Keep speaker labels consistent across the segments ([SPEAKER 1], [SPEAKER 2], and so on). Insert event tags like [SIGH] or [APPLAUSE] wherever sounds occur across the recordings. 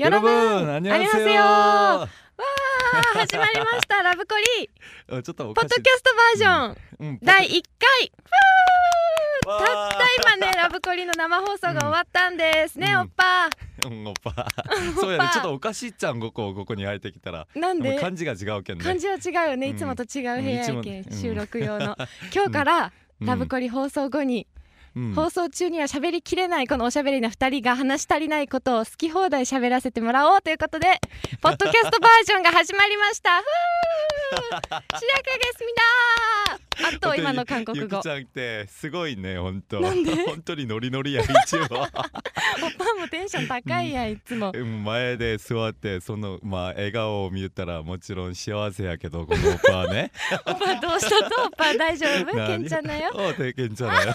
[SPEAKER 1] 여러분 안녕하세요.
[SPEAKER 2] 안녕하세
[SPEAKER 1] 아,
[SPEAKER 2] 요.
[SPEAKER 1] 始まりました [LAUGHS] ラブコリ
[SPEAKER 2] 어, 좀
[SPEAKER 1] ポ
[SPEAKER 2] 더.
[SPEAKER 1] ッドキャストバージョン
[SPEAKER 2] 음,
[SPEAKER 1] 第1回。た
[SPEAKER 2] 와.
[SPEAKER 1] った今ねラブコリの生放送が終わったんですね、
[SPEAKER 2] うん
[SPEAKER 1] おっぱ
[SPEAKER 2] 음, 오빠.
[SPEAKER 1] [LAUGHS]
[SPEAKER 2] 소연이
[SPEAKER 1] 오빠.
[SPEAKER 2] ちょっとおかしいっちゃんここここに入ってきたら
[SPEAKER 1] なん
[SPEAKER 2] もう
[SPEAKER 1] で
[SPEAKER 2] 漢字が違うけんね
[SPEAKER 1] 漢字は違うよね、
[SPEAKER 2] うん
[SPEAKER 1] いつもと違う部屋やけ
[SPEAKER 2] うんい
[SPEAKER 1] ん
[SPEAKER 2] つもね
[SPEAKER 1] 収録用 [LAUGHS] の、今日から
[SPEAKER 2] うん
[SPEAKER 1] ラブコリ放送後に、
[SPEAKER 2] うん
[SPEAKER 1] 放送中には喋りきれないこのおしゃべりな2人が話し足りないことを好き放題喋らせてもらおうということ
[SPEAKER 2] [LAUGHS]
[SPEAKER 1] でポッドキャストバージョンが始まりましたふーしらけですみだあと今の韓国
[SPEAKER 2] [LAUGHS] ゆき
[SPEAKER 1] 語
[SPEAKER 2] ちゃんってすごいね本当
[SPEAKER 1] なん [LAUGHS] で
[SPEAKER 2] 本当にノリノリや
[SPEAKER 1] [LAUGHS]
[SPEAKER 2] 一応
[SPEAKER 1] おっぱもテンション高いやんいつも
[SPEAKER 2] うん前で座ってそのまあ笑顔を見たらもちろん幸せやけどこのおっぱ
[SPEAKER 1] [LAUGHS]
[SPEAKER 2] はね
[SPEAKER 1] おっぱどうしたとおっぱ大丈夫
[SPEAKER 2] [LAUGHS] 何
[SPEAKER 1] けんちゃんだよ
[SPEAKER 2] おうてけんちゃんだよ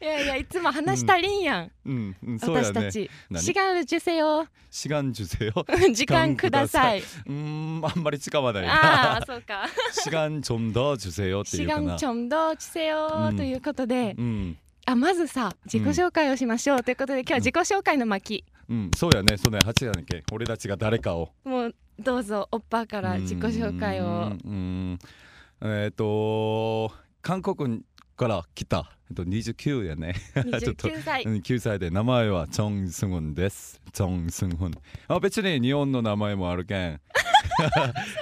[SPEAKER 1] いやいやいつも話したりんやん、
[SPEAKER 2] うんうんそうや
[SPEAKER 1] 私た
[SPEAKER 2] ね
[SPEAKER 1] ち
[SPEAKER 2] 何
[SPEAKER 1] 時間受精
[SPEAKER 2] [LAUGHS]
[SPEAKER 1] を
[SPEAKER 2] 志願受精を
[SPEAKER 1] 時間ください。
[SPEAKER 2] うーんあんまり近まない
[SPEAKER 1] ああ、そう
[SPEAKER 2] [LAUGHS]
[SPEAKER 1] か。
[SPEAKER 2] 시간좀더주세요って
[SPEAKER 1] 時
[SPEAKER 2] いうか
[SPEAKER 1] 間
[SPEAKER 2] な。
[SPEAKER 1] ちょんど受精
[SPEAKER 2] う
[SPEAKER 1] を
[SPEAKER 2] ん
[SPEAKER 1] ということで、
[SPEAKER 2] うん、
[SPEAKER 1] あまずさ自己紹介をしましょうということで今日は自己紹介の巻、
[SPEAKER 2] うん、そうやね、そうね、八やねんけ、俺たちが誰かを。
[SPEAKER 1] もうどうぞおっぱから自己紹介
[SPEAKER 2] う [LAUGHS]
[SPEAKER 1] を。
[SPEAKER 2] ん。うんえっ、と韓国から来た、えっと二十九やね。ちょっと
[SPEAKER 1] 29歳。
[SPEAKER 2] [LAUGHS] うん9歳で名前はチョン・スンホンです。チョン・スンホン。あ別に日本の名前もあるけ [LAUGHS] ん。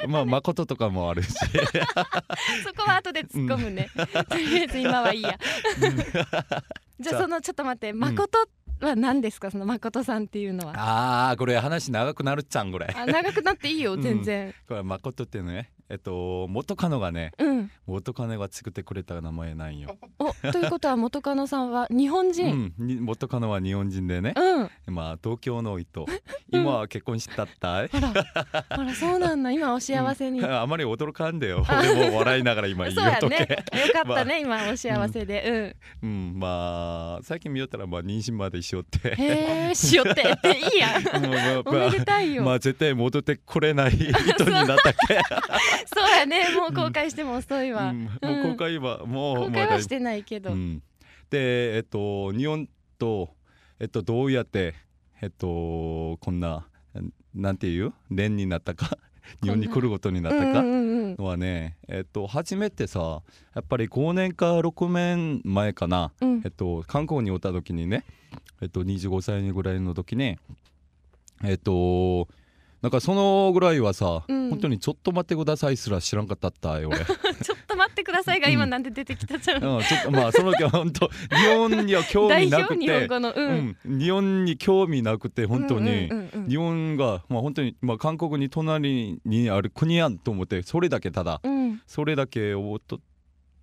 [SPEAKER 2] まあ誠とかもあるし。
[SPEAKER 1] そこは後で突っ込むね。 [LAUGHS] とりあえず今はいいや。
[SPEAKER 2] [LAUGHS]
[SPEAKER 1] じゃあそのちょっと待って誠は何ですかその誠さんっていうのは。
[SPEAKER 2] ああこれ話長くなるっちゃんこれ。
[SPEAKER 1] あ長くなっていいよ全然。
[SPEAKER 2] これ誠ってね、えっと元カノがね、
[SPEAKER 1] うん。
[SPEAKER 2] 元カノが作ってくれた名前なんよ。
[SPEAKER 1] おということは元カノさんは日本人。
[SPEAKER 2] うん、に元カノは日本人でね、
[SPEAKER 1] うん、
[SPEAKER 2] まあ東京の人、今は結婚したったい。
[SPEAKER 1] ほら、ほら、そうなんだ、今お幸せに。
[SPEAKER 2] うん [LAUGHS] あまり驚かん
[SPEAKER 1] [LAUGHS]
[SPEAKER 2] でよ。俺も笑いながら今言
[SPEAKER 1] そう
[SPEAKER 2] いよ
[SPEAKER 1] や
[SPEAKER 2] と
[SPEAKER 1] ね、よ
[SPEAKER 2] け。
[SPEAKER 1] かった
[SPEAKER 2] ま
[SPEAKER 1] ね、今お幸せで、
[SPEAKER 2] うん、まあ最近見よったらまあ妊娠までしよって
[SPEAKER 1] うん。。へえ、しよってって、いいや。
[SPEAKER 2] [LAUGHS] もうまあ
[SPEAKER 1] おめでたい
[SPEAKER 2] まあ
[SPEAKER 1] よ。
[SPEAKER 2] 絶対戻ってこれない人になったけ。
[SPEAKER 1] そうやね、もう後悔しても遅いわ。
[SPEAKER 2] う
[SPEAKER 1] うんん
[SPEAKER 2] もう公開はも
[SPEAKER 1] 後
[SPEAKER 2] う
[SPEAKER 1] 悔
[SPEAKER 2] まあだ
[SPEAKER 1] はいしてないけど
[SPEAKER 2] う。ん、でえっと日本とえっとどうやってえっとこんななんていう連になったか日本に来ることになっ
[SPEAKER 1] うん
[SPEAKER 2] た
[SPEAKER 1] う
[SPEAKER 2] か
[SPEAKER 1] んうん
[SPEAKER 2] のはねえっと初めてさやっぱり5年か6年前かな、
[SPEAKER 1] うん
[SPEAKER 2] えっと、韓国におった時にねえっと25歳ぐらいの時にえっとなんかそのぐらいはさ、
[SPEAKER 1] うん
[SPEAKER 2] 本当にちょっと待ってくださいすら知らんかったったよ俺。 [LAUGHS]
[SPEAKER 1] ちょっと待ってくださいが、
[SPEAKER 2] うん
[SPEAKER 1] 今なんで出てきたじゃん。
[SPEAKER 2] うん、ちょっとまあその時は本当日本には興
[SPEAKER 1] 代
[SPEAKER 2] 味な
[SPEAKER 1] 表
[SPEAKER 2] く
[SPEAKER 1] 日本
[SPEAKER 2] て、
[SPEAKER 1] 語の、う。
[SPEAKER 2] うんん日本に興味なくて本当に、
[SPEAKER 1] うんうんうんうん
[SPEAKER 2] 日本が、まあ、本当に、まあ、韓国に隣にある国やんと思ってそれだけただ
[SPEAKER 1] うん。
[SPEAKER 2] それだけ思っとっ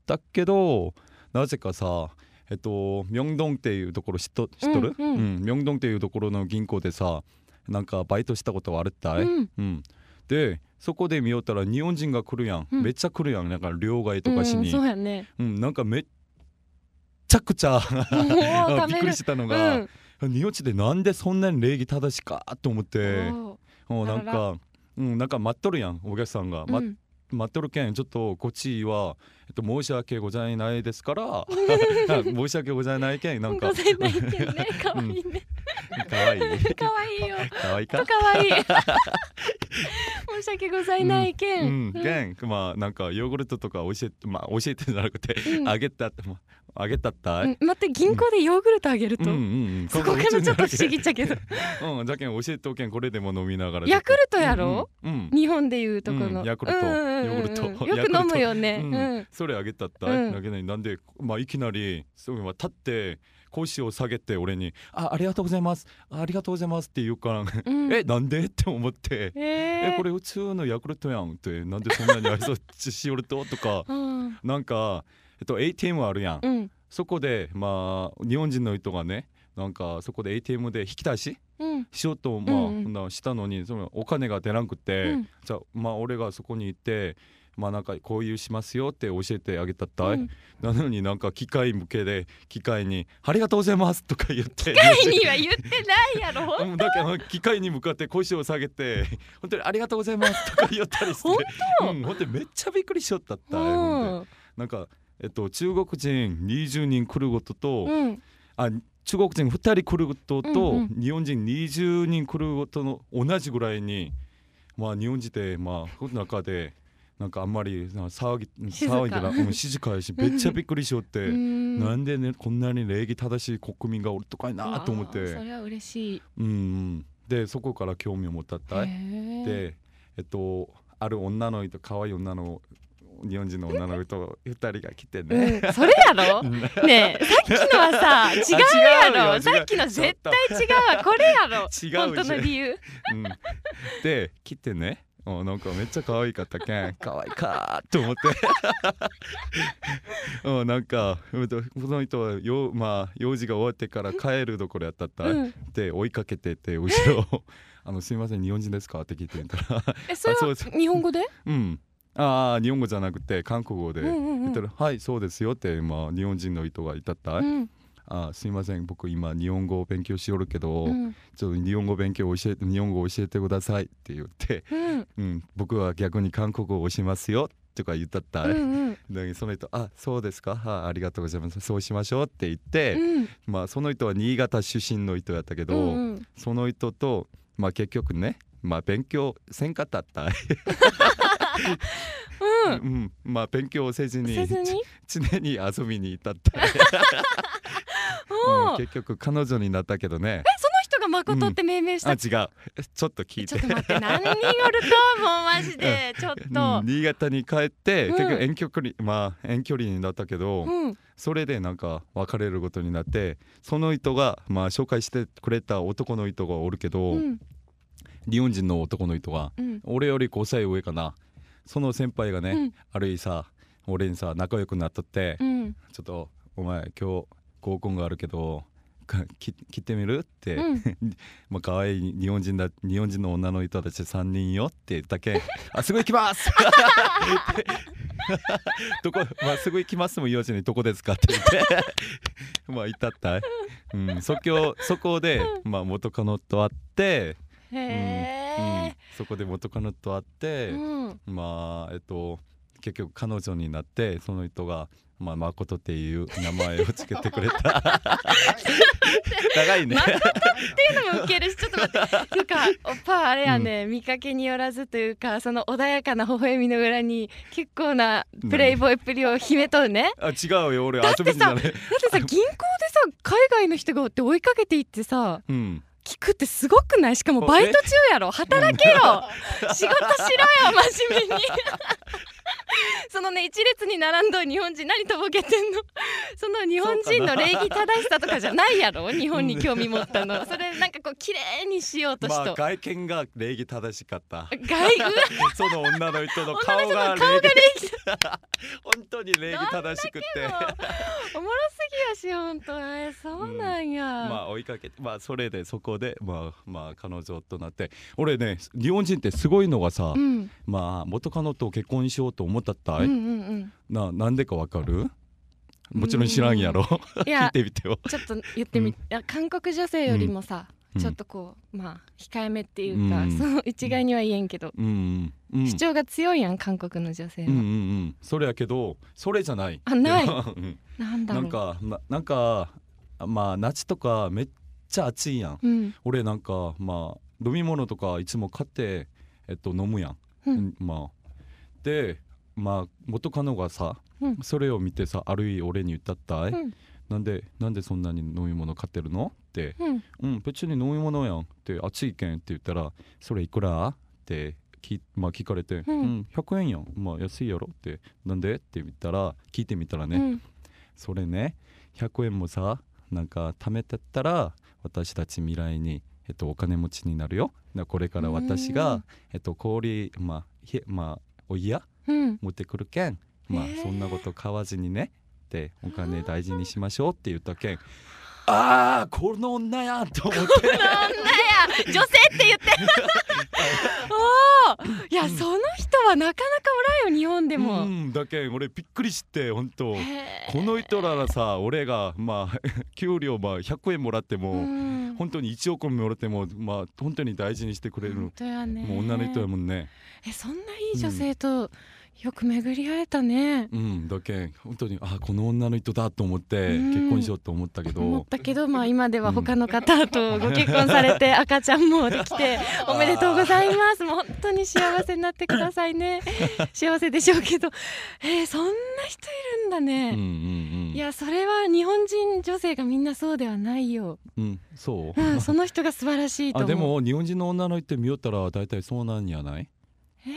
[SPEAKER 2] たけどなぜかさえっと明洞っていうところ知っと知っとる、
[SPEAKER 1] うんうん
[SPEAKER 2] 明洞っていうところの銀行でさなんかバイトしたことはあるったい、
[SPEAKER 1] うん
[SPEAKER 2] うんでそこで見よったら日本人が来るやん、
[SPEAKER 1] うん
[SPEAKER 2] めっちゃ来るやんなんか両替と
[SPEAKER 1] う
[SPEAKER 2] かし
[SPEAKER 1] ん
[SPEAKER 2] に。
[SPEAKER 1] そうや
[SPEAKER 2] [LAUGHS]
[SPEAKER 1] ね。
[SPEAKER 2] うん、なんかめっちゃくち
[SPEAKER 1] も
[SPEAKER 2] ゃ
[SPEAKER 1] う、た
[SPEAKER 2] びっ
[SPEAKER 1] め
[SPEAKER 2] く
[SPEAKER 1] る
[SPEAKER 2] り。したの
[SPEAKER 1] う
[SPEAKER 2] が、
[SPEAKER 1] ん。
[SPEAKER 2] 日本地でなんでそんなに礼儀正しかと思って
[SPEAKER 1] おー
[SPEAKER 2] もうなん
[SPEAKER 1] あら
[SPEAKER 2] か。うん、なんか待っとるやんお客さんが、ま
[SPEAKER 1] うん
[SPEAKER 2] 待っとるけんちょっとこっちは、えっと、申し訳ございないですから
[SPEAKER 1] [LAUGHS]
[SPEAKER 2] 申し訳ございないけんなんか
[SPEAKER 1] ごめんないけんね、可愛いね。
[SPEAKER 2] [LAUGHS] かわいい
[SPEAKER 1] 可愛い
[SPEAKER 2] [LAUGHS]
[SPEAKER 1] よ。
[SPEAKER 2] かわいい
[SPEAKER 1] と
[SPEAKER 2] か、
[SPEAKER 1] 可愛い。 [LAUGHS] 申し訳ございないけ。
[SPEAKER 2] うんん、けんまあなんかヨーグルトとか教えてまあ教えてじゃなくて、
[SPEAKER 1] うん
[SPEAKER 2] あげたってまあげたった
[SPEAKER 1] う
[SPEAKER 2] い、
[SPEAKER 1] ん待って銀行でヨーグルトあげる
[SPEAKER 2] うん
[SPEAKER 1] と。
[SPEAKER 2] うんうん、
[SPEAKER 1] そこからちょっと不思議っちゃ
[SPEAKER 2] [LAUGHS]
[SPEAKER 1] けど。
[SPEAKER 2] うん、じゃけん教えておけんこれでも飲みながら
[SPEAKER 1] ヤクルトやろ？
[SPEAKER 2] うん、うん
[SPEAKER 1] 日本でいうとこ
[SPEAKER 2] う
[SPEAKER 1] の。
[SPEAKER 2] んヤクルト
[SPEAKER 1] うんうんうんうん
[SPEAKER 2] ヨーグルト
[SPEAKER 1] よく飲むよね。
[SPEAKER 2] うん
[SPEAKER 1] うん
[SPEAKER 2] それあげたった、
[SPEAKER 1] うん
[SPEAKER 2] だけどなんで、まあ、いきなりすごいまあ立って腰を下げて俺に「あありがとうございますありがとうございます」って言うから「
[SPEAKER 1] うん。
[SPEAKER 2] えなんで?」って思って「
[SPEAKER 1] え
[SPEAKER 2] え
[SPEAKER 1] ー
[SPEAKER 2] これ普通のヤクルトやん」って「なんでそんなに愛想しよると?」とか
[SPEAKER 1] うん
[SPEAKER 2] なんか、えっと、ATM あるやん、
[SPEAKER 1] うん
[SPEAKER 2] そこでまあ日本人の人がねなんかそこで ATM で引き出し
[SPEAKER 1] うん
[SPEAKER 2] しようと、まあ
[SPEAKER 1] うんうん
[SPEAKER 2] そんなしたのにそのお金が出なくて、
[SPEAKER 1] うん
[SPEAKER 2] じゃあまあ俺がそこに行ってまあなんかこういうしますよって教えてあげたったい、
[SPEAKER 1] うん
[SPEAKER 2] なのになんか機械向けで機械に「ありがとうございます」とか言って機
[SPEAKER 1] タイには言ってないやろ。
[SPEAKER 2] [LAUGHS] うん、だから機械に向かって腰を下げて [LAUGHS] 「本当にありがとうございます」とか言ったりして
[SPEAKER 1] 本当
[SPEAKER 2] うん、本当にめっちゃびっくりしよったったい、ほんで
[SPEAKER 1] う
[SPEAKER 2] なんか、えっと、中国人20人来ることと、
[SPEAKER 1] んうん
[SPEAKER 2] あ中国人2人来ることと、
[SPEAKER 1] うん
[SPEAKER 2] 日本人20人来ることの同じぐらいに、まあ、日本人で、まあ、この中でなんかあんまりな騒ぎ
[SPEAKER 1] 静か
[SPEAKER 2] 騒いでな、うん、静か
[SPEAKER 1] [LAUGHS]
[SPEAKER 2] やしめっちゃびっくりしよって、
[SPEAKER 1] ん
[SPEAKER 2] なんで、ね、こんなに礼儀正しい国民がおるとかいなと思っ
[SPEAKER 1] うわーそ
[SPEAKER 2] て、
[SPEAKER 1] れは嬉しい
[SPEAKER 2] うんうん、でそこから興味を持ったったい。
[SPEAKER 1] へー
[SPEAKER 2] で、えっと、ある女の人可愛い女の日本人の女の人2人が来て [LAUGHS] ね。
[SPEAKER 1] うん、それやろねえさっきのは
[SPEAKER 2] [LAUGHS]
[SPEAKER 1] さ違うや
[SPEAKER 2] あ違う
[SPEAKER 1] ろ
[SPEAKER 2] よ
[SPEAKER 1] さっきの絶対
[SPEAKER 2] 違
[SPEAKER 1] 違うわこれやろ
[SPEAKER 2] 違う
[SPEAKER 1] 本当の理由
[SPEAKER 2] うん、で来てねおなんかめっちゃ可愛かったけん可愛いかーと
[SPEAKER 1] [LAUGHS]
[SPEAKER 2] 思ってうんなんかうんとこの人はよ、まあ、用事が終わってから帰るどころやったった、
[SPEAKER 1] うん
[SPEAKER 2] で追いかけてって後ろを [LAUGHS] あの「すいません日本人ですか?」って聞いてみたら
[SPEAKER 1] えそれ
[SPEAKER 2] そう
[SPEAKER 1] は
[SPEAKER 2] です
[SPEAKER 1] 日本語で
[SPEAKER 2] 「うんああ日本語じゃなくて韓国 [LAUGHS] 語で」
[SPEAKER 1] うんうんうん
[SPEAKER 2] 言ったら「はいそうですよ」って、まあ、日本人の人がいたった、
[SPEAKER 1] うん
[SPEAKER 2] あーすいません僕今日本語を勉強しよるけど、
[SPEAKER 1] うん
[SPEAKER 2] ちょっと日本語勉強教えて日本語教えてくださいって言って
[SPEAKER 1] うん
[SPEAKER 2] うん、僕は逆に韓国語を教えますよとか言ったった、
[SPEAKER 1] うんうん
[SPEAKER 2] でその人「あそうですかはいありがとうございますそうしましょう」って言って、
[SPEAKER 1] うん
[SPEAKER 2] まあ、その人は新潟出身の人やったけど、
[SPEAKER 1] うんうん
[SPEAKER 2] その人と、まあ、結局ね、まあ、勉強せんかったった、
[SPEAKER 1] うん
[SPEAKER 2] [LAUGHS] うんまあ、勉強せずに
[SPEAKER 1] せずに
[SPEAKER 2] ち常に遊びに行ったった、
[SPEAKER 1] お
[SPEAKER 2] うん
[SPEAKER 1] ーえ
[SPEAKER 2] 結局彼女になったけどね
[SPEAKER 1] その人が誠って命名し
[SPEAKER 2] あ
[SPEAKER 1] た
[SPEAKER 2] 違うちょっと聞い
[SPEAKER 1] ち
[SPEAKER 2] て
[SPEAKER 1] ょっと待って何人おるともうマジでちょっ
[SPEAKER 2] うん
[SPEAKER 1] と、
[SPEAKER 2] 新潟に帰って、
[SPEAKER 1] うん
[SPEAKER 2] 結局遠距離まあ遠距離になったけど、
[SPEAKER 1] うん、
[SPEAKER 2] それでなんか別れることになってその人がまあ紹介してくれた男の人がおるけど、
[SPEAKER 1] うん
[SPEAKER 2] 日本人の男の人が
[SPEAKER 1] うん
[SPEAKER 2] 俺より5歳上かなその先輩がね、
[SPEAKER 1] うん
[SPEAKER 2] あるいさ俺にさ仲良くなっとって、
[SPEAKER 1] うん
[SPEAKER 2] ちょっとお前今日合コンがあるけどかき切ってみるって、
[SPEAKER 1] うん
[SPEAKER 2] まあ可愛い日本人だ日本人の女の人たち3人よって言っ
[SPEAKER 1] [LAUGHS]
[SPEAKER 2] たけんあすぐ行きますどこ、まあ、すぐ行きますも言わずにどこですかって言ってまあ行ったったい、うん、そこそこで、まあ、元カノと会って、うん
[SPEAKER 1] へえ、
[SPEAKER 2] そこで元カノと会って、
[SPEAKER 1] うん
[SPEAKER 2] まあえっと結局彼女になってその人が、まあ、誠っていう名前をつけてくれ
[SPEAKER 1] [LAUGHS]
[SPEAKER 2] た長いね
[SPEAKER 1] 誠っていうのもウケるしちょっと待ってなんかおっぱあれやね、見かけによらずというかその穏やかな微笑みの裏に結構なプレイボーイっぷりを秘めとるね
[SPEAKER 2] あ違うよ俺
[SPEAKER 1] だっ
[SPEAKER 2] 遊
[SPEAKER 1] て
[SPEAKER 2] び
[SPEAKER 1] さ
[SPEAKER 2] になれ
[SPEAKER 1] だってさ銀行でさ海外の人がおって追いかけていってさ
[SPEAKER 2] うん
[SPEAKER 1] 聞くってすごくないしかもバイト中やろ働けよ [LAUGHS] 仕事しろよ真面目に [LAUGHS] そのね一列に並んどる日本人何とぼけてんの [LAUGHS] その日本人の礼儀正しさとかじゃないやろ日本に興味持ったのそれなんかこう綺麗にしようとし
[SPEAKER 2] まあ
[SPEAKER 1] と、
[SPEAKER 2] 外見が礼儀正しかった
[SPEAKER 1] [LAUGHS] 外うわ
[SPEAKER 2] その女の人
[SPEAKER 1] 女
[SPEAKER 2] の
[SPEAKER 1] の
[SPEAKER 2] 顔
[SPEAKER 1] 人の顔が
[SPEAKER 2] が礼
[SPEAKER 1] 礼儀正
[SPEAKER 2] 儀
[SPEAKER 1] し
[SPEAKER 2] 本当に礼儀正しくて
[SPEAKER 1] いも [LAUGHS] うおもろすぎやし本当えーそうなんや、
[SPEAKER 2] まあ追いかけてまあそれでそこでまあまあ彼女となって俺ね日本人ってすごいのがさ、
[SPEAKER 1] うん
[SPEAKER 2] まあ元カノと結婚しようと思ったった
[SPEAKER 1] う
[SPEAKER 2] い、
[SPEAKER 1] んうんうん
[SPEAKER 2] ななんでかわかるもちろん知らんやろ
[SPEAKER 1] い
[SPEAKER 2] 聞い
[SPEAKER 1] や
[SPEAKER 2] てみてよ
[SPEAKER 1] ちょっと言ってみ、
[SPEAKER 2] うん
[SPEAKER 1] いや韓国女性よりもさ、
[SPEAKER 2] うん
[SPEAKER 1] ちょっとこうまあ控えめっていうか、
[SPEAKER 2] うん
[SPEAKER 1] その一概には言えんけど、
[SPEAKER 2] うんうんうん
[SPEAKER 1] 主張が強いやん韓国の女性は、
[SPEAKER 2] うんうんうんそれやけどそれじゃない
[SPEAKER 1] あない
[SPEAKER 2] うん
[SPEAKER 1] なんだ
[SPEAKER 2] な
[SPEAKER 1] ろうん
[SPEAKER 2] かななんかまあ夏とかめっちゃ暑いやん
[SPEAKER 1] うん
[SPEAKER 2] 俺なんかまあ飲み物とかいつも買って、えっと、飲むやん、
[SPEAKER 1] うん
[SPEAKER 2] まあでまあ元カノがさ、
[SPEAKER 1] うん
[SPEAKER 2] それを見てさあるい俺に言ったったい、
[SPEAKER 1] うん
[SPEAKER 2] なんでなんでそんなに飲み物買ってるのって
[SPEAKER 1] うん
[SPEAKER 2] 「うん別に飲み物やん」って「暑いけん」って言ったら「それいくら?」って聞,、まあ、聞かれて
[SPEAKER 1] う
[SPEAKER 2] 「うんん、100円やんまあ安いやろ」って「なんで?」って言ったら聞いてみたらね、
[SPEAKER 1] うん
[SPEAKER 2] それね100円もさなんか貯めてったら私たち未来に、えっと、お金持ちになるよなこれから私
[SPEAKER 1] う
[SPEAKER 2] が
[SPEAKER 1] ん、
[SPEAKER 2] えっと、氷まあひまあおいや [LAUGHS]
[SPEAKER 1] うん
[SPEAKER 2] 持ってくるけん、まあ
[SPEAKER 1] へえ
[SPEAKER 2] そんなこと買わずにねってお金大事にしましょうって言ったけんああこの女やんと思って
[SPEAKER 1] そんなや女性って
[SPEAKER 2] [LAUGHS]
[SPEAKER 1] 言っておーいや、その人はなかなかおらんよ日本でも、
[SPEAKER 2] うんだけん俺びっくりして本
[SPEAKER 1] へー
[SPEAKER 2] 当この人ならさ俺がまあ [LAUGHS] 給料まあ100円もらっても、
[SPEAKER 1] うん
[SPEAKER 2] 本当に1億もらってもまあ本当に大事にしてくれる
[SPEAKER 1] 本当やね
[SPEAKER 2] もう女の人やもんね。
[SPEAKER 1] えそんないい女性とよく巡り会えたね。
[SPEAKER 2] うん、だけん本当にあこの女の人だと思って
[SPEAKER 1] うん
[SPEAKER 2] 結婚しようと思ったけ
[SPEAKER 1] 思っ
[SPEAKER 2] ど
[SPEAKER 1] たけど、まあ、今では他の方とご結婚され
[SPEAKER 2] [LAUGHS]
[SPEAKER 1] て、赤ちゃんもできて。おめでとうございます。もう本当に幸せになってください
[SPEAKER 2] [LAUGHS]
[SPEAKER 1] ね。幸せでしょうけど。えー、そんな人いるんだね。
[SPEAKER 2] うんうんうん
[SPEAKER 1] いやそれは日本人女性がみんなそうではないよ。
[SPEAKER 2] うんそう
[SPEAKER 1] う、
[SPEAKER 2] [LAUGHS]
[SPEAKER 1] ん、その人が素晴らしいと思
[SPEAKER 2] あ
[SPEAKER 1] う。
[SPEAKER 2] でも日本人の女の人見よったら大体そうなんやない
[SPEAKER 1] え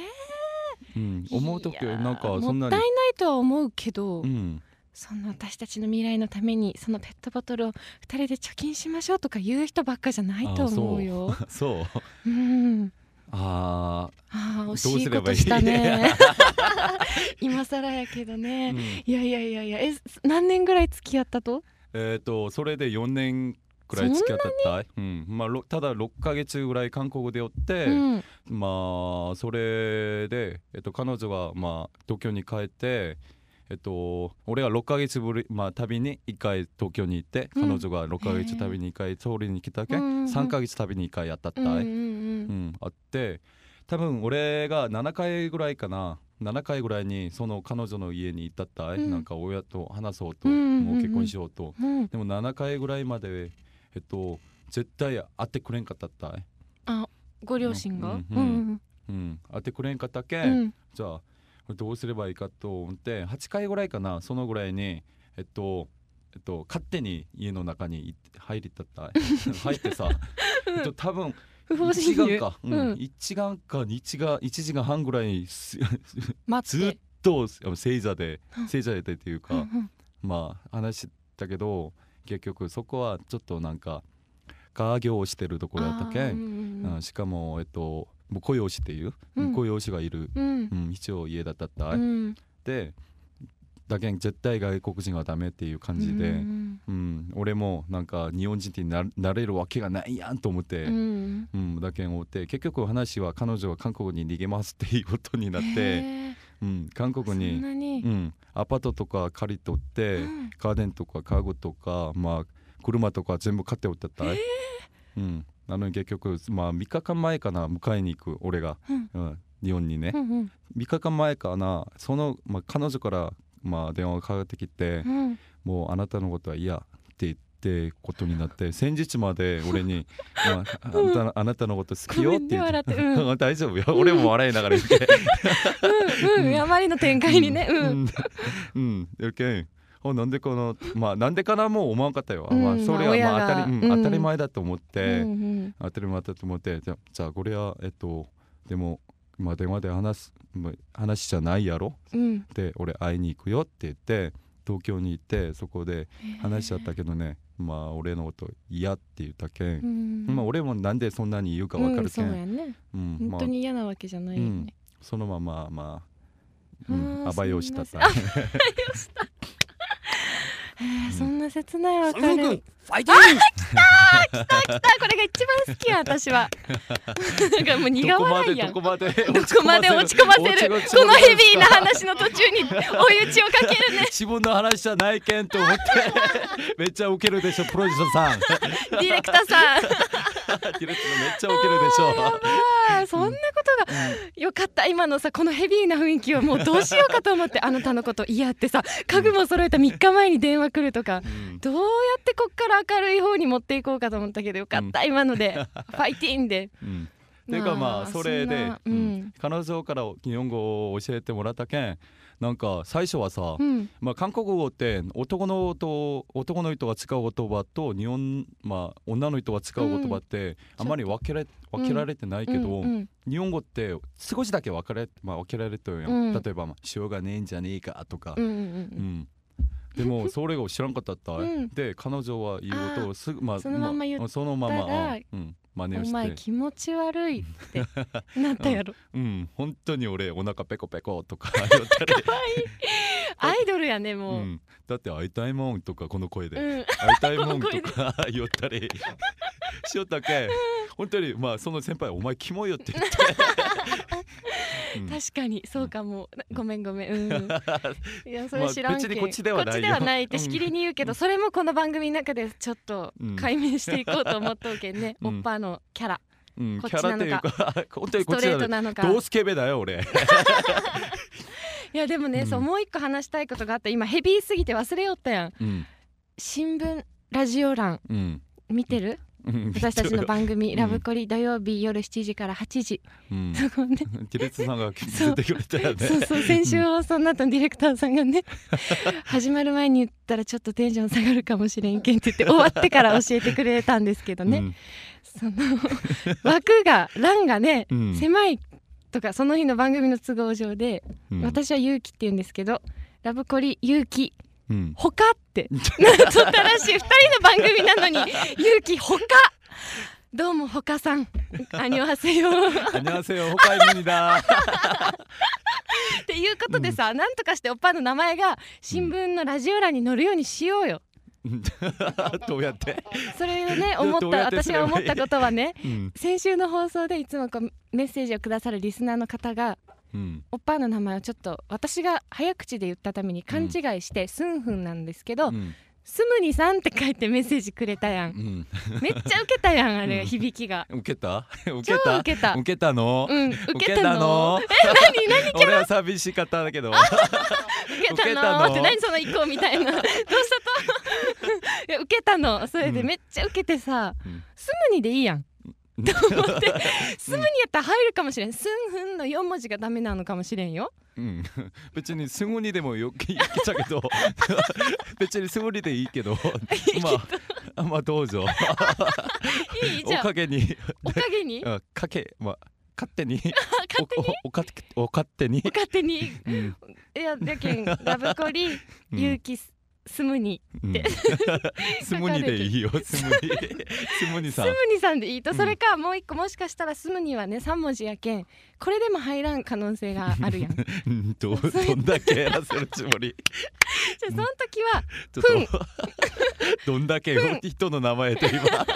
[SPEAKER 2] うん、思う時
[SPEAKER 1] いや
[SPEAKER 2] はなんかそん
[SPEAKER 1] も
[SPEAKER 2] な
[SPEAKER 1] っ
[SPEAKER 2] に
[SPEAKER 1] たいないとは思うけど、
[SPEAKER 2] うん [LAUGHS]
[SPEAKER 1] その私たちの未来のためにそのペットボトルを二人で貯金しましょうとか言う人ばっかじゃないと思うよ。
[SPEAKER 2] あそうそ
[SPEAKER 1] う
[SPEAKER 2] う
[SPEAKER 1] ん。
[SPEAKER 2] あ
[SPEAKER 1] ああ惜
[SPEAKER 2] どう
[SPEAKER 1] しい
[SPEAKER 2] すれ
[SPEAKER 1] こ
[SPEAKER 2] ば
[SPEAKER 1] と
[SPEAKER 2] いい
[SPEAKER 1] した
[SPEAKER 2] [LAUGHS]
[SPEAKER 1] ね。今更やけど
[SPEAKER 2] ー、う
[SPEAKER 1] ね。
[SPEAKER 2] ん
[SPEAKER 1] いやいやいやいやえ何年ぐらい付き合ったと？
[SPEAKER 2] えっ、とそれで4年くらい付き合ったったいうんまあ、ろただ6ヶ月ぐらい韓国でおって、
[SPEAKER 1] うん。
[SPEAKER 2] まあそれで、えっと、彼女が、まあ、東京に帰って、えっと、俺が6ヶ月ぶり、まあ、旅に1回東京に行って、
[SPEAKER 1] うん
[SPEAKER 2] 彼女が6ヶ月旅に1回ソウルに来たけ、
[SPEAKER 1] うんうんうん
[SPEAKER 2] 3ヶ月旅に1回やったった
[SPEAKER 1] うん
[SPEAKER 2] い、
[SPEAKER 1] うんう。
[SPEAKER 2] うんん、あって多分俺が7回ぐらいかな7回ぐらいにその彼女の家に行ったったい、
[SPEAKER 1] うん
[SPEAKER 2] なんか親と話そうと、
[SPEAKER 1] うんうんうんうん
[SPEAKER 2] もう結婚しようと
[SPEAKER 1] うん。
[SPEAKER 2] でも7回ぐらいまでえっと絶対会ってくれんかったったい、
[SPEAKER 1] ご両親が。
[SPEAKER 2] うんうんうん、会ってくれんかったけ、、
[SPEAKER 1] うんん。
[SPEAKER 2] じゃあこれどうすればいいかと思って8回ぐらいかなそのぐらいにえっとえっと、勝手に家の中にい入りたった [LAUGHS] い入ってさ、えっと、多分
[SPEAKER 1] 不法
[SPEAKER 2] 一
[SPEAKER 1] 侵
[SPEAKER 2] 時間
[SPEAKER 1] 入
[SPEAKER 2] か、う
[SPEAKER 1] うん
[SPEAKER 2] ん、一時間か二時間一時間半ぐらいす [LAUGHS]
[SPEAKER 1] 待
[SPEAKER 2] ず
[SPEAKER 1] っ
[SPEAKER 2] ってと正座で
[SPEAKER 1] うん
[SPEAKER 2] 正座でって
[SPEAKER 1] うん
[SPEAKER 2] いう
[SPEAKER 1] う
[SPEAKER 2] か、
[SPEAKER 1] ん
[SPEAKER 2] まあ話したけど結局そこはちょっとなんか家業をしてるところだったけ、
[SPEAKER 1] あーうんん
[SPEAKER 2] うんしかもえっと婿養子っていう、
[SPEAKER 1] うん
[SPEAKER 2] 婿養子がいる、
[SPEAKER 1] うん
[SPEAKER 2] うん、一応家だったった、
[SPEAKER 1] うんうん
[SPEAKER 2] でだけん絶対外国人はダメっていう感じで、
[SPEAKER 1] う
[SPEAKER 2] うん
[SPEAKER 1] ん
[SPEAKER 2] 俺もなんか日本人ってななれるわけがないやんと思って。
[SPEAKER 1] うん
[SPEAKER 2] うん、だけん追って結局話は彼女は韓国に逃げますっていうことになって、
[SPEAKER 1] へー
[SPEAKER 2] うん、韓
[SPEAKER 1] そ
[SPEAKER 2] 国
[SPEAKER 1] ん
[SPEAKER 2] に、
[SPEAKER 1] なに
[SPEAKER 2] うん、アパートとか借り取って、
[SPEAKER 1] うん
[SPEAKER 2] ガーデンとか家具とか、まあ、車とか全部買っておったったい、うん、なのに結局、まあ、3日間前かな迎えに行く俺が、
[SPEAKER 1] うん
[SPEAKER 2] うん、日本にね
[SPEAKER 1] う、んうん
[SPEAKER 2] 3日間前かなその、まあ、彼女から、まあ、電話がかかってきて、
[SPEAKER 1] うん
[SPEAKER 2] もうあなたのことは嫌って言ってことになって先日まで俺に、まあ、あなたのあなたのこと好きよ
[SPEAKER 1] ごめ
[SPEAKER 2] って
[SPEAKER 1] んね
[SPEAKER 2] 言
[SPEAKER 1] 笑っ
[SPEAKER 2] っ
[SPEAKER 1] てて
[SPEAKER 2] [LAUGHS]
[SPEAKER 1] う
[SPEAKER 2] 大丈夫よ俺も笑いながら言って
[SPEAKER 1] うんうんあまりの展開にねうん
[SPEAKER 2] うんうんやけんあなんでかなまあなんでかなもう思わんかったよ、
[SPEAKER 1] うん
[SPEAKER 2] まあ、それは
[SPEAKER 1] まあ
[SPEAKER 2] まあ当
[SPEAKER 1] 親
[SPEAKER 2] たり、
[SPEAKER 1] が
[SPEAKER 2] うん
[SPEAKER 1] うん
[SPEAKER 2] 当たり前だと思っ
[SPEAKER 1] う
[SPEAKER 2] て、
[SPEAKER 1] ん
[SPEAKER 2] 当たり前だと思ってじゃあじゃあこれはえっとでも、まあ、電話で話すまあ話じゃないやろ
[SPEAKER 1] うんうん
[SPEAKER 2] で俺会いに行くよって言って東京に行ってそこで話しちゃったけどね、まあ俺のこと嫌って言ったけん、
[SPEAKER 1] うん
[SPEAKER 2] まあ俺もなんでそんなに言うかわかるけ、
[SPEAKER 1] うんんそうやね
[SPEAKER 2] うんま
[SPEAKER 1] 本
[SPEAKER 2] あ
[SPEAKER 1] 当に嫌なわけじゃないよね
[SPEAKER 2] そのまままあ、うん、
[SPEAKER 1] あー
[SPEAKER 2] 暴いをした
[SPEAKER 1] す
[SPEAKER 2] さ [LAUGHS]
[SPEAKER 1] みまへーそんな切ない別れあ
[SPEAKER 2] ファイティング
[SPEAKER 1] これが一番好きや私はなんかもう苦
[SPEAKER 2] [LAUGHS] どこま
[SPEAKER 1] 笑
[SPEAKER 2] で
[SPEAKER 1] いやん
[SPEAKER 2] どこまで
[SPEAKER 1] どこまで落ち込ませる
[SPEAKER 2] 落ち
[SPEAKER 1] この
[SPEAKER 2] 込ませ
[SPEAKER 1] ヘビーな話の途中に追い打ちをかけるね
[SPEAKER 2] 自分の話じゃないけんと思って [LAUGHS] めっちゃウケるでしょプロデューサーさん
[SPEAKER 1] ディレクターさん
[SPEAKER 2] デ
[SPEAKER 1] [LAUGHS]
[SPEAKER 2] ィレクターめっちゃウケるでしょ
[SPEAKER 1] あーそんなことが、よかった今のさこのヘビーな雰囲気をもうどうしようかと思ってあなたのこと嫌ってさ家具も揃えた3日前に電話来るとか
[SPEAKER 2] うん
[SPEAKER 1] どうやってこっから明るい方に持っていこうかと思ったけどよかった、今の
[SPEAKER 2] [LAUGHS]
[SPEAKER 1] でファイティーンで。
[SPEAKER 2] うんていうかまあそれで
[SPEAKER 1] んなう
[SPEAKER 2] うんん、彼女から日本語を教えてもらったけんなんか最初はさ、
[SPEAKER 1] うん
[SPEAKER 2] まあ、韓国語って男のと男の人が使う言葉と日本、まあ、女の人が使う言葉ってあまり分けられ,、
[SPEAKER 1] ん
[SPEAKER 2] 分けられてないけど、
[SPEAKER 1] うん
[SPEAKER 2] 日本語って少しだけ分かれ,、まあ、分けられてるよ、
[SPEAKER 1] うん
[SPEAKER 2] 例えば、まあ「塩がねえんじゃねえか」とか、
[SPEAKER 1] うんうん
[SPEAKER 2] うんでもそれを知らんかったった、
[SPEAKER 1] うん
[SPEAKER 2] で彼女は言うことをすぐまあ
[SPEAKER 1] そのまんま言った
[SPEAKER 2] あそのまま
[SPEAKER 1] ら
[SPEAKER 2] うん、真
[SPEAKER 1] うん
[SPEAKER 2] 似を
[SPEAKER 1] お前
[SPEAKER 2] して、
[SPEAKER 1] 気持ち悪いってなった
[SPEAKER 2] [LAUGHS]
[SPEAKER 1] やろ、
[SPEAKER 2] うん、本当に俺お腹ペコペコとか言った
[SPEAKER 1] [LAUGHS]
[SPEAKER 2] り、
[SPEAKER 1] アイドルやね
[SPEAKER 2] う
[SPEAKER 1] もう、
[SPEAKER 2] ん、だって会いたいもんとかこの声で。
[SPEAKER 1] うん
[SPEAKER 2] 会いたいもんとか言ったりしよったけ本当にまあその先輩お前キモいよって言って、うん
[SPEAKER 1] 確かにそうかも、なごめんごめん、
[SPEAKER 2] [LAUGHS]
[SPEAKER 1] うん、いやそ
[SPEAKER 2] ま
[SPEAKER 1] れ
[SPEAKER 2] あ
[SPEAKER 1] 知らんけん、
[SPEAKER 2] 別にこっちではな
[SPEAKER 1] こっ
[SPEAKER 2] いよ
[SPEAKER 1] ちではないってしきりに言うけど、
[SPEAKER 2] うん
[SPEAKER 1] それもこの番組の中でちょっと
[SPEAKER 2] うん
[SPEAKER 1] 解明していこうと思っとうけんね、
[SPEAKER 2] うん
[SPEAKER 1] おっぱのキャラ
[SPEAKER 2] うん
[SPEAKER 1] こっ
[SPEAKER 2] キ
[SPEAKER 1] ちな
[SPEAKER 2] ャラ
[SPEAKER 1] のか
[SPEAKER 2] っていうか本当に
[SPEAKER 1] ス
[SPEAKER 2] こっ
[SPEAKER 1] ト
[SPEAKER 2] ち
[SPEAKER 1] レー
[SPEAKER 2] だ
[SPEAKER 1] ト
[SPEAKER 2] ね
[SPEAKER 1] なのか
[SPEAKER 2] ドースケベだよ俺
[SPEAKER 1] いやでもね、
[SPEAKER 2] うん
[SPEAKER 1] そうもう一個話したいことがあった今ヘビーすぎて忘れよったやん
[SPEAKER 2] うん
[SPEAKER 1] 新聞ラジオ欄
[SPEAKER 2] うん
[SPEAKER 1] 見てる
[SPEAKER 2] うん
[SPEAKER 1] 私たちの番組「
[SPEAKER 2] うん
[SPEAKER 1] ラブコリ」土曜日夜7時から8時、
[SPEAKER 2] [LAUGHS] うん
[SPEAKER 1] そこね
[SPEAKER 2] テレツさんが出てくれたよね
[SPEAKER 1] そうそう先週放送になったディレクターさんがね始まる前に言ったらちょっとテンション下がるかもしれんけんって言って終わってから教えてくれたんですけどね、その枠が欄がね、
[SPEAKER 2] うん
[SPEAKER 1] 狭いとかその日の番組の都合上で、
[SPEAKER 2] うん
[SPEAKER 1] 私は勇気って言うんですけどラブコリ勇気
[SPEAKER 2] うん
[SPEAKER 1] 他って [LAUGHS] なんとったらしい2人の番組なのに勇気他どうも他さんアニョハセ
[SPEAKER 2] [LAUGHS]
[SPEAKER 1] ヨ
[SPEAKER 2] 안녕하세요호카입니다 [LAUGHS]
[SPEAKER 1] っていうことでさ、なんとかしておっぱの名前が新聞のラジオ欄に載るようにしようよ
[SPEAKER 2] どうやって、
[SPEAKER 1] それをね思っ
[SPEAKER 2] [LAUGHS] どう
[SPEAKER 1] た
[SPEAKER 2] やってす
[SPEAKER 1] 私
[SPEAKER 2] れば
[SPEAKER 1] が
[SPEAKER 2] いい
[SPEAKER 1] 思ったことはね
[SPEAKER 2] うん
[SPEAKER 1] 先週の放送でいつもこうメッセージをくださるリスナーの方が
[SPEAKER 2] うん
[SPEAKER 1] おっぱの名前をちょっと私が早口で言ったために勘違いしてスンフンなんですけど、
[SPEAKER 2] うん
[SPEAKER 1] スムニさんって書いてメッセージくれたやん
[SPEAKER 2] うん、
[SPEAKER 1] めっちゃウケたやんあれ
[SPEAKER 2] うん
[SPEAKER 1] 響きが
[SPEAKER 2] 受けた [LAUGHS]
[SPEAKER 1] 超
[SPEAKER 2] 受けた
[SPEAKER 1] ウケた
[SPEAKER 2] 受けたの、
[SPEAKER 1] うん受けたの
[SPEAKER 2] え何何俺は寂しかったんだけど
[SPEAKER 1] 受け
[SPEAKER 2] ウケ
[SPEAKER 1] た
[SPEAKER 2] た
[SPEAKER 1] の
[SPEAKER 2] の
[SPEAKER 1] って何その一個みた
[SPEAKER 2] [LAUGHS]
[SPEAKER 1] いなどうしたといや受けたのそれで
[SPEAKER 2] うん
[SPEAKER 1] めっちゃ受けてさ、
[SPEAKER 2] うん
[SPEAKER 1] スムニでいいやん
[SPEAKER 2] うん
[SPEAKER 1] と思ってスムニやったら入るかもしれんスンフンの4文字がダメなのかもしれんよ
[SPEAKER 2] うん別にすぐにでもよく言ってたけど [LAUGHS] 別にすぐにでいいけどまあまあどうぞ
[SPEAKER 1] いい
[SPEAKER 2] お
[SPEAKER 1] じゃん
[SPEAKER 2] かげに
[SPEAKER 1] おかげに
[SPEAKER 2] あかけまあ勝手に
[SPEAKER 1] 勝手に
[SPEAKER 2] おおおかお勝手に、
[SPEAKER 1] 勝手
[SPEAKER 2] [LAUGHS]
[SPEAKER 1] に
[SPEAKER 2] うん
[SPEAKER 1] いやだけんラブコリ
[SPEAKER 2] うん
[SPEAKER 1] 勇気ススムニ
[SPEAKER 2] うん
[SPEAKER 1] て [LAUGHS]
[SPEAKER 2] スムニでいいよスムニスムニ
[SPEAKER 1] ス
[SPEAKER 2] さん
[SPEAKER 1] ムニさんでいいと
[SPEAKER 2] うん
[SPEAKER 1] それかもう一個もしかしたらスムニはね3文字やけんこれでも入らん可能性があるやんじゃ
[SPEAKER 2] うんどうどんだけやらせるつもり
[SPEAKER 1] あその時は
[SPEAKER 2] ちょっと [LAUGHS] どんだけ
[SPEAKER 1] ふん
[SPEAKER 2] 人の名前と今
[SPEAKER 1] だって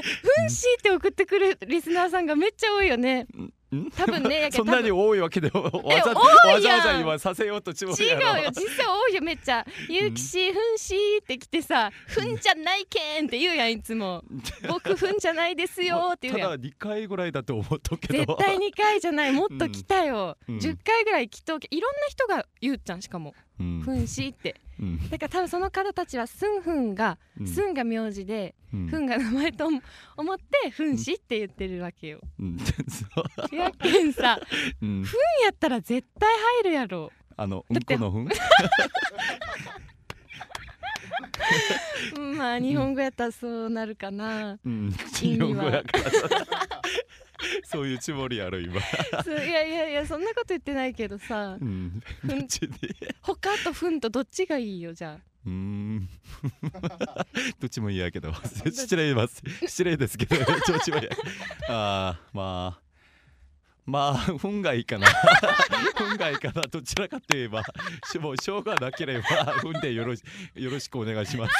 [SPEAKER 1] 「ふんし」って送ってくるリスナーさんがめっちゃ多いよね
[SPEAKER 2] ん
[SPEAKER 1] 多分
[SPEAKER 2] [LAUGHS]
[SPEAKER 1] ねやけ
[SPEAKER 2] そ
[SPEAKER 1] ど
[SPEAKER 2] んなに多いわけで [LAUGHS] もわざ
[SPEAKER 1] 多
[SPEAKER 2] わ
[SPEAKER 1] いや
[SPEAKER 2] ざ
[SPEAKER 1] ん
[SPEAKER 2] わざ今させようとし
[SPEAKER 1] 多
[SPEAKER 2] も
[SPEAKER 1] 分違うよ実際多いよめっちゃ「ゆうきしふんし」って来てさ「ふんじゃないけん」って言うやんいつ
[SPEAKER 2] [LAUGHS]
[SPEAKER 1] も「僕ふんじゃないですよ」って言
[SPEAKER 2] た
[SPEAKER 1] うや
[SPEAKER 2] だ
[SPEAKER 1] ん
[SPEAKER 2] 2回ぐらいだと思っとくけど
[SPEAKER 1] 絶対2回じゃないもっと来たよ、
[SPEAKER 2] うん
[SPEAKER 1] 10回ぐらい来とけいろんな人が言うちゃんしかも
[SPEAKER 2] [LAUGHS]
[SPEAKER 1] 「
[SPEAKER 2] うん
[SPEAKER 1] ふんし」って
[SPEAKER 2] うん
[SPEAKER 1] だから多分その方たちは「すんふん」が「
[SPEAKER 2] うん
[SPEAKER 1] すん」が名字で「
[SPEAKER 2] うん
[SPEAKER 1] ふん」が名前と思思って「ふんし」って言ってるわけ
[SPEAKER 2] [LAUGHS]
[SPEAKER 1] よ。
[SPEAKER 2] うんそう
[SPEAKER 1] やけんさ「
[SPEAKER 2] うん
[SPEAKER 1] ふん」やったら絶対入るやろ。
[SPEAKER 2] あのうんこのふん
[SPEAKER 1] うんまあ日本語やったらそうなるか
[SPEAKER 2] [LAUGHS]
[SPEAKER 1] な。
[SPEAKER 2] うん
[SPEAKER 1] 意
[SPEAKER 2] 日
[SPEAKER 1] 味は
[SPEAKER 2] 本語やから [LAUGHS] そういうつもりやろ今
[SPEAKER 1] そういやいやいやそんなこと言ってないけどさ [LAUGHS]
[SPEAKER 2] う、ん
[SPEAKER 1] ふん
[SPEAKER 2] 別に
[SPEAKER 1] 他とふんとどっちがいいよじゃあ。
[SPEAKER 2] うーん [LAUGHS] どっちも嫌やけ [LAUGHS] ど失
[SPEAKER 1] [LAUGHS]
[SPEAKER 2] 礼ます失礼ですけど [LAUGHS] どっちも嫌あーまあまあ運がいいかな [LAUGHS] 運がいいかなどちらかといえばしもうしょうがなければ [LAUGHS] 運でよろしよろしくお願い
[SPEAKER 1] [LAUGHS]
[SPEAKER 2] します、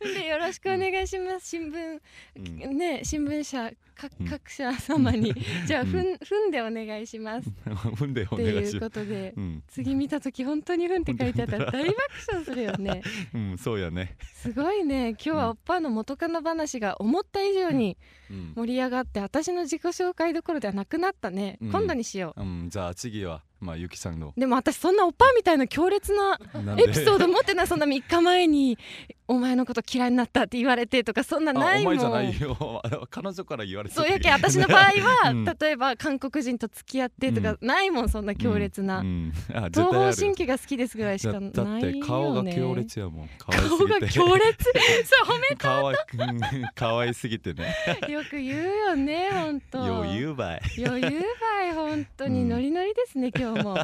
[SPEAKER 1] でよろしくお願いします新聞
[SPEAKER 2] うん [LAUGHS]
[SPEAKER 1] ね新聞社か
[SPEAKER 2] うん
[SPEAKER 1] 各社様に [LAUGHS] じゃあ
[SPEAKER 2] うん
[SPEAKER 1] ふんふんでお願いしますっ
[SPEAKER 2] 運でお
[SPEAKER 1] て
[SPEAKER 2] 願い
[SPEAKER 1] い
[SPEAKER 2] し
[SPEAKER 1] うこ
[SPEAKER 2] ます
[SPEAKER 1] とで。
[SPEAKER 2] うん、
[SPEAKER 1] 次見た時本当にふんって書いてあったら大爆笑するよね
[SPEAKER 2] うん、そうやね、
[SPEAKER 1] すごいね今日はおっぱの元カノ話が思った以上に
[SPEAKER 2] うん
[SPEAKER 1] 盛り上がって私の自己紹介どころではなくなったね、
[SPEAKER 2] うん
[SPEAKER 1] 今度にしよう
[SPEAKER 2] うん、じゃあ次はまあゆきさ
[SPEAKER 1] [LAUGHS]
[SPEAKER 2] んの
[SPEAKER 1] でも私そんなおっぱみたいな強烈な
[SPEAKER 2] なんで
[SPEAKER 1] エピソード持ってないそんな3日前に「お前のこと嫌いになった」って言われてとかそんなな
[SPEAKER 2] あお
[SPEAKER 1] いも
[SPEAKER 2] 前じゃなんい。よ [LAUGHS] あの彼女から言われてた
[SPEAKER 1] そうやけん私の場合は、
[SPEAKER 2] うん
[SPEAKER 1] 例えば韓国人と付き合ってとかないもんそんな強烈な、
[SPEAKER 2] うん、あ絶対
[SPEAKER 1] 東
[SPEAKER 2] あ
[SPEAKER 1] 方
[SPEAKER 2] る
[SPEAKER 1] 神起が好きですぐらいし
[SPEAKER 2] だ
[SPEAKER 1] か
[SPEAKER 2] だ
[SPEAKER 1] な
[SPEAKER 2] っ
[SPEAKER 1] いよ
[SPEAKER 2] て
[SPEAKER 1] ね
[SPEAKER 2] 顔が強烈や
[SPEAKER 1] [LAUGHS]
[SPEAKER 2] もん可愛すぎ
[SPEAKER 1] 顔
[SPEAKER 2] て
[SPEAKER 1] が強烈そう褒
[SPEAKER 2] 可愛くうん可愛すぎてね
[SPEAKER 1] めよく言うよねほんと
[SPEAKER 2] 余裕ばい
[SPEAKER 1] 余裕ばい本当に
[SPEAKER 2] うん
[SPEAKER 1] ノリノリですね、今日
[SPEAKER 2] [LAUGHS]
[SPEAKER 1] も放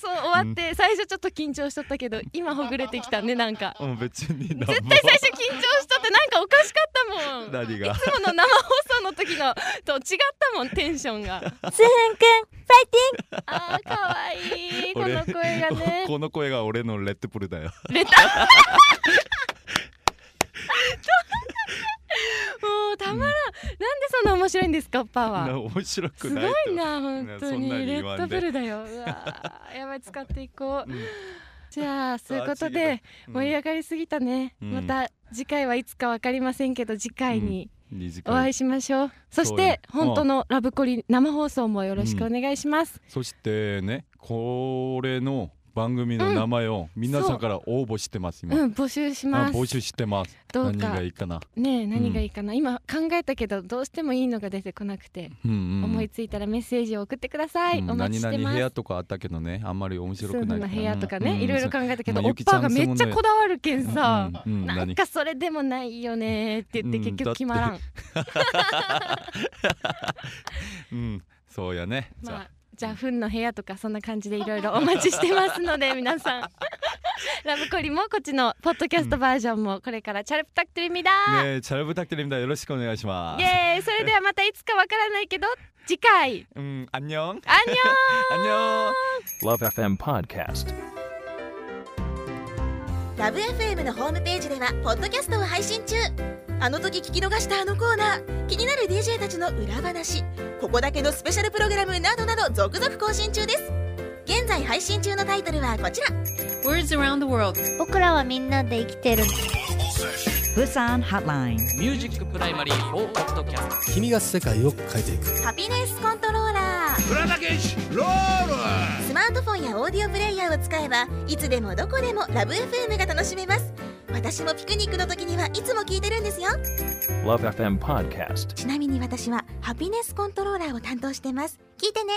[SPEAKER 1] 送終わって最初ちょっと緊張しとったけど今ほぐれてきたねなんか
[SPEAKER 2] うん別に何も
[SPEAKER 1] 絶対最初緊張しとってなんかおかしかったもん
[SPEAKER 2] 何が
[SPEAKER 1] いつもの生放送の時のと違ったもんテンションが
[SPEAKER 3] スンくん、
[SPEAKER 1] あーかわいいこの
[SPEAKER 2] 俺
[SPEAKER 1] 声がね
[SPEAKER 2] [LAUGHS] この声が俺のレッドプルだよ
[SPEAKER 1] レタもうたまらん、なんでそんな面白いんですかパワー
[SPEAKER 2] な面白く
[SPEAKER 1] す
[SPEAKER 2] な
[SPEAKER 1] ご
[SPEAKER 2] いと
[SPEAKER 1] いな本当
[SPEAKER 2] そん
[SPEAKER 1] に
[SPEAKER 2] なに
[SPEAKER 1] レ
[SPEAKER 2] 言わ
[SPEAKER 1] ッ
[SPEAKER 2] ん
[SPEAKER 1] ド
[SPEAKER 2] で
[SPEAKER 1] ブルだようわーやばい使っていこう
[SPEAKER 2] うん
[SPEAKER 1] じゃあそういうこと
[SPEAKER 2] あ違う
[SPEAKER 1] で
[SPEAKER 2] うん
[SPEAKER 1] 盛り上がりすぎたね、
[SPEAKER 2] うん
[SPEAKER 1] また次回はいつかわかりませんけど次回に
[SPEAKER 2] 二次
[SPEAKER 1] お
[SPEAKER 2] 会
[SPEAKER 1] 会いしましょう。そし
[SPEAKER 2] そうよ
[SPEAKER 1] て本当のラブコリ生放送もよろしくお願いします。
[SPEAKER 2] そしてねこれの番組の名前を皆さんから応募してます
[SPEAKER 1] う
[SPEAKER 2] 今、
[SPEAKER 1] ん、募集し
[SPEAKER 2] あ
[SPEAKER 1] ます。
[SPEAKER 2] 募集してます
[SPEAKER 1] どう
[SPEAKER 2] 何が
[SPEAKER 1] か
[SPEAKER 2] いいかな
[SPEAKER 1] ねえ何がいいかな、今考えたけどどうしてもいいのが出てこなくて、
[SPEAKER 2] うんうん
[SPEAKER 1] 思いついたらメッセージを送ってください。
[SPEAKER 2] うん
[SPEAKER 1] お待ちして
[SPEAKER 2] 何
[SPEAKER 1] ま
[SPEAKER 2] 々部屋
[SPEAKER 1] す。
[SPEAKER 2] とかあったけどねあんまり面白
[SPEAKER 1] そ
[SPEAKER 2] く
[SPEAKER 1] う
[SPEAKER 2] な
[SPEAKER 1] ないの
[SPEAKER 2] ら
[SPEAKER 1] 部屋とかね、
[SPEAKER 2] うん
[SPEAKER 1] いろいろ考えたけど、
[SPEAKER 2] まあ
[SPEAKER 1] おっぱがめっちゃこだわるけ
[SPEAKER 2] うんん
[SPEAKER 1] さ、
[SPEAKER 2] うんうん
[SPEAKER 1] な
[SPEAKER 2] 何
[SPEAKER 1] んかそれでもないよねって言って
[SPEAKER 2] うん
[SPEAKER 1] 結局決まらん。
[SPEAKER 2] うんそうやねじ
[SPEAKER 1] ま
[SPEAKER 2] ゃ
[SPEAKER 1] あじゃあフンの部屋とかそんな感じでいろいろ [LAUGHS] お待ちしてますので皆さん [LAUGHS] ラブコリもこっちのポッドキャストバージョンもこれからチャルプタクトリミだ
[SPEAKER 2] あねえチャラブタクテレビだよろしくお願いしま
[SPEAKER 1] イエーイそれではまたいつかわからないけど次
[SPEAKER 2] [LAUGHS]
[SPEAKER 1] 回
[SPEAKER 2] すうんあんにょん
[SPEAKER 1] アンニョン
[SPEAKER 2] あんにょん
[SPEAKER 3] Love FM Podcast.
[SPEAKER 4] ラブ f m のホームページではポッドキャストを配信中あの時聞き逃したあのコーナー気になる DJ たちの裏話ここだけのスペシャルプログラムなどなど続々更新中です現在配信中のタイトルはこちら
[SPEAKER 5] Words around the world.
[SPEAKER 6] 僕らはみんなで生きてる
[SPEAKER 7] Busan Hotline.
[SPEAKER 8] ミュージックプライマリー4ポッドキャスト
[SPEAKER 9] 君が世界を変えていく
[SPEAKER 4] ハピネスコントローラースマートフォンやオーディオプレイヤーを使えばいつでもどこでもラブ f m が楽しめます私もピクニックの時にはいつも聞いてるんですよ
[SPEAKER 3] Love FM Podcast.
[SPEAKER 4] ちなみに私はハピネスコントローラーを担当してます聞いてね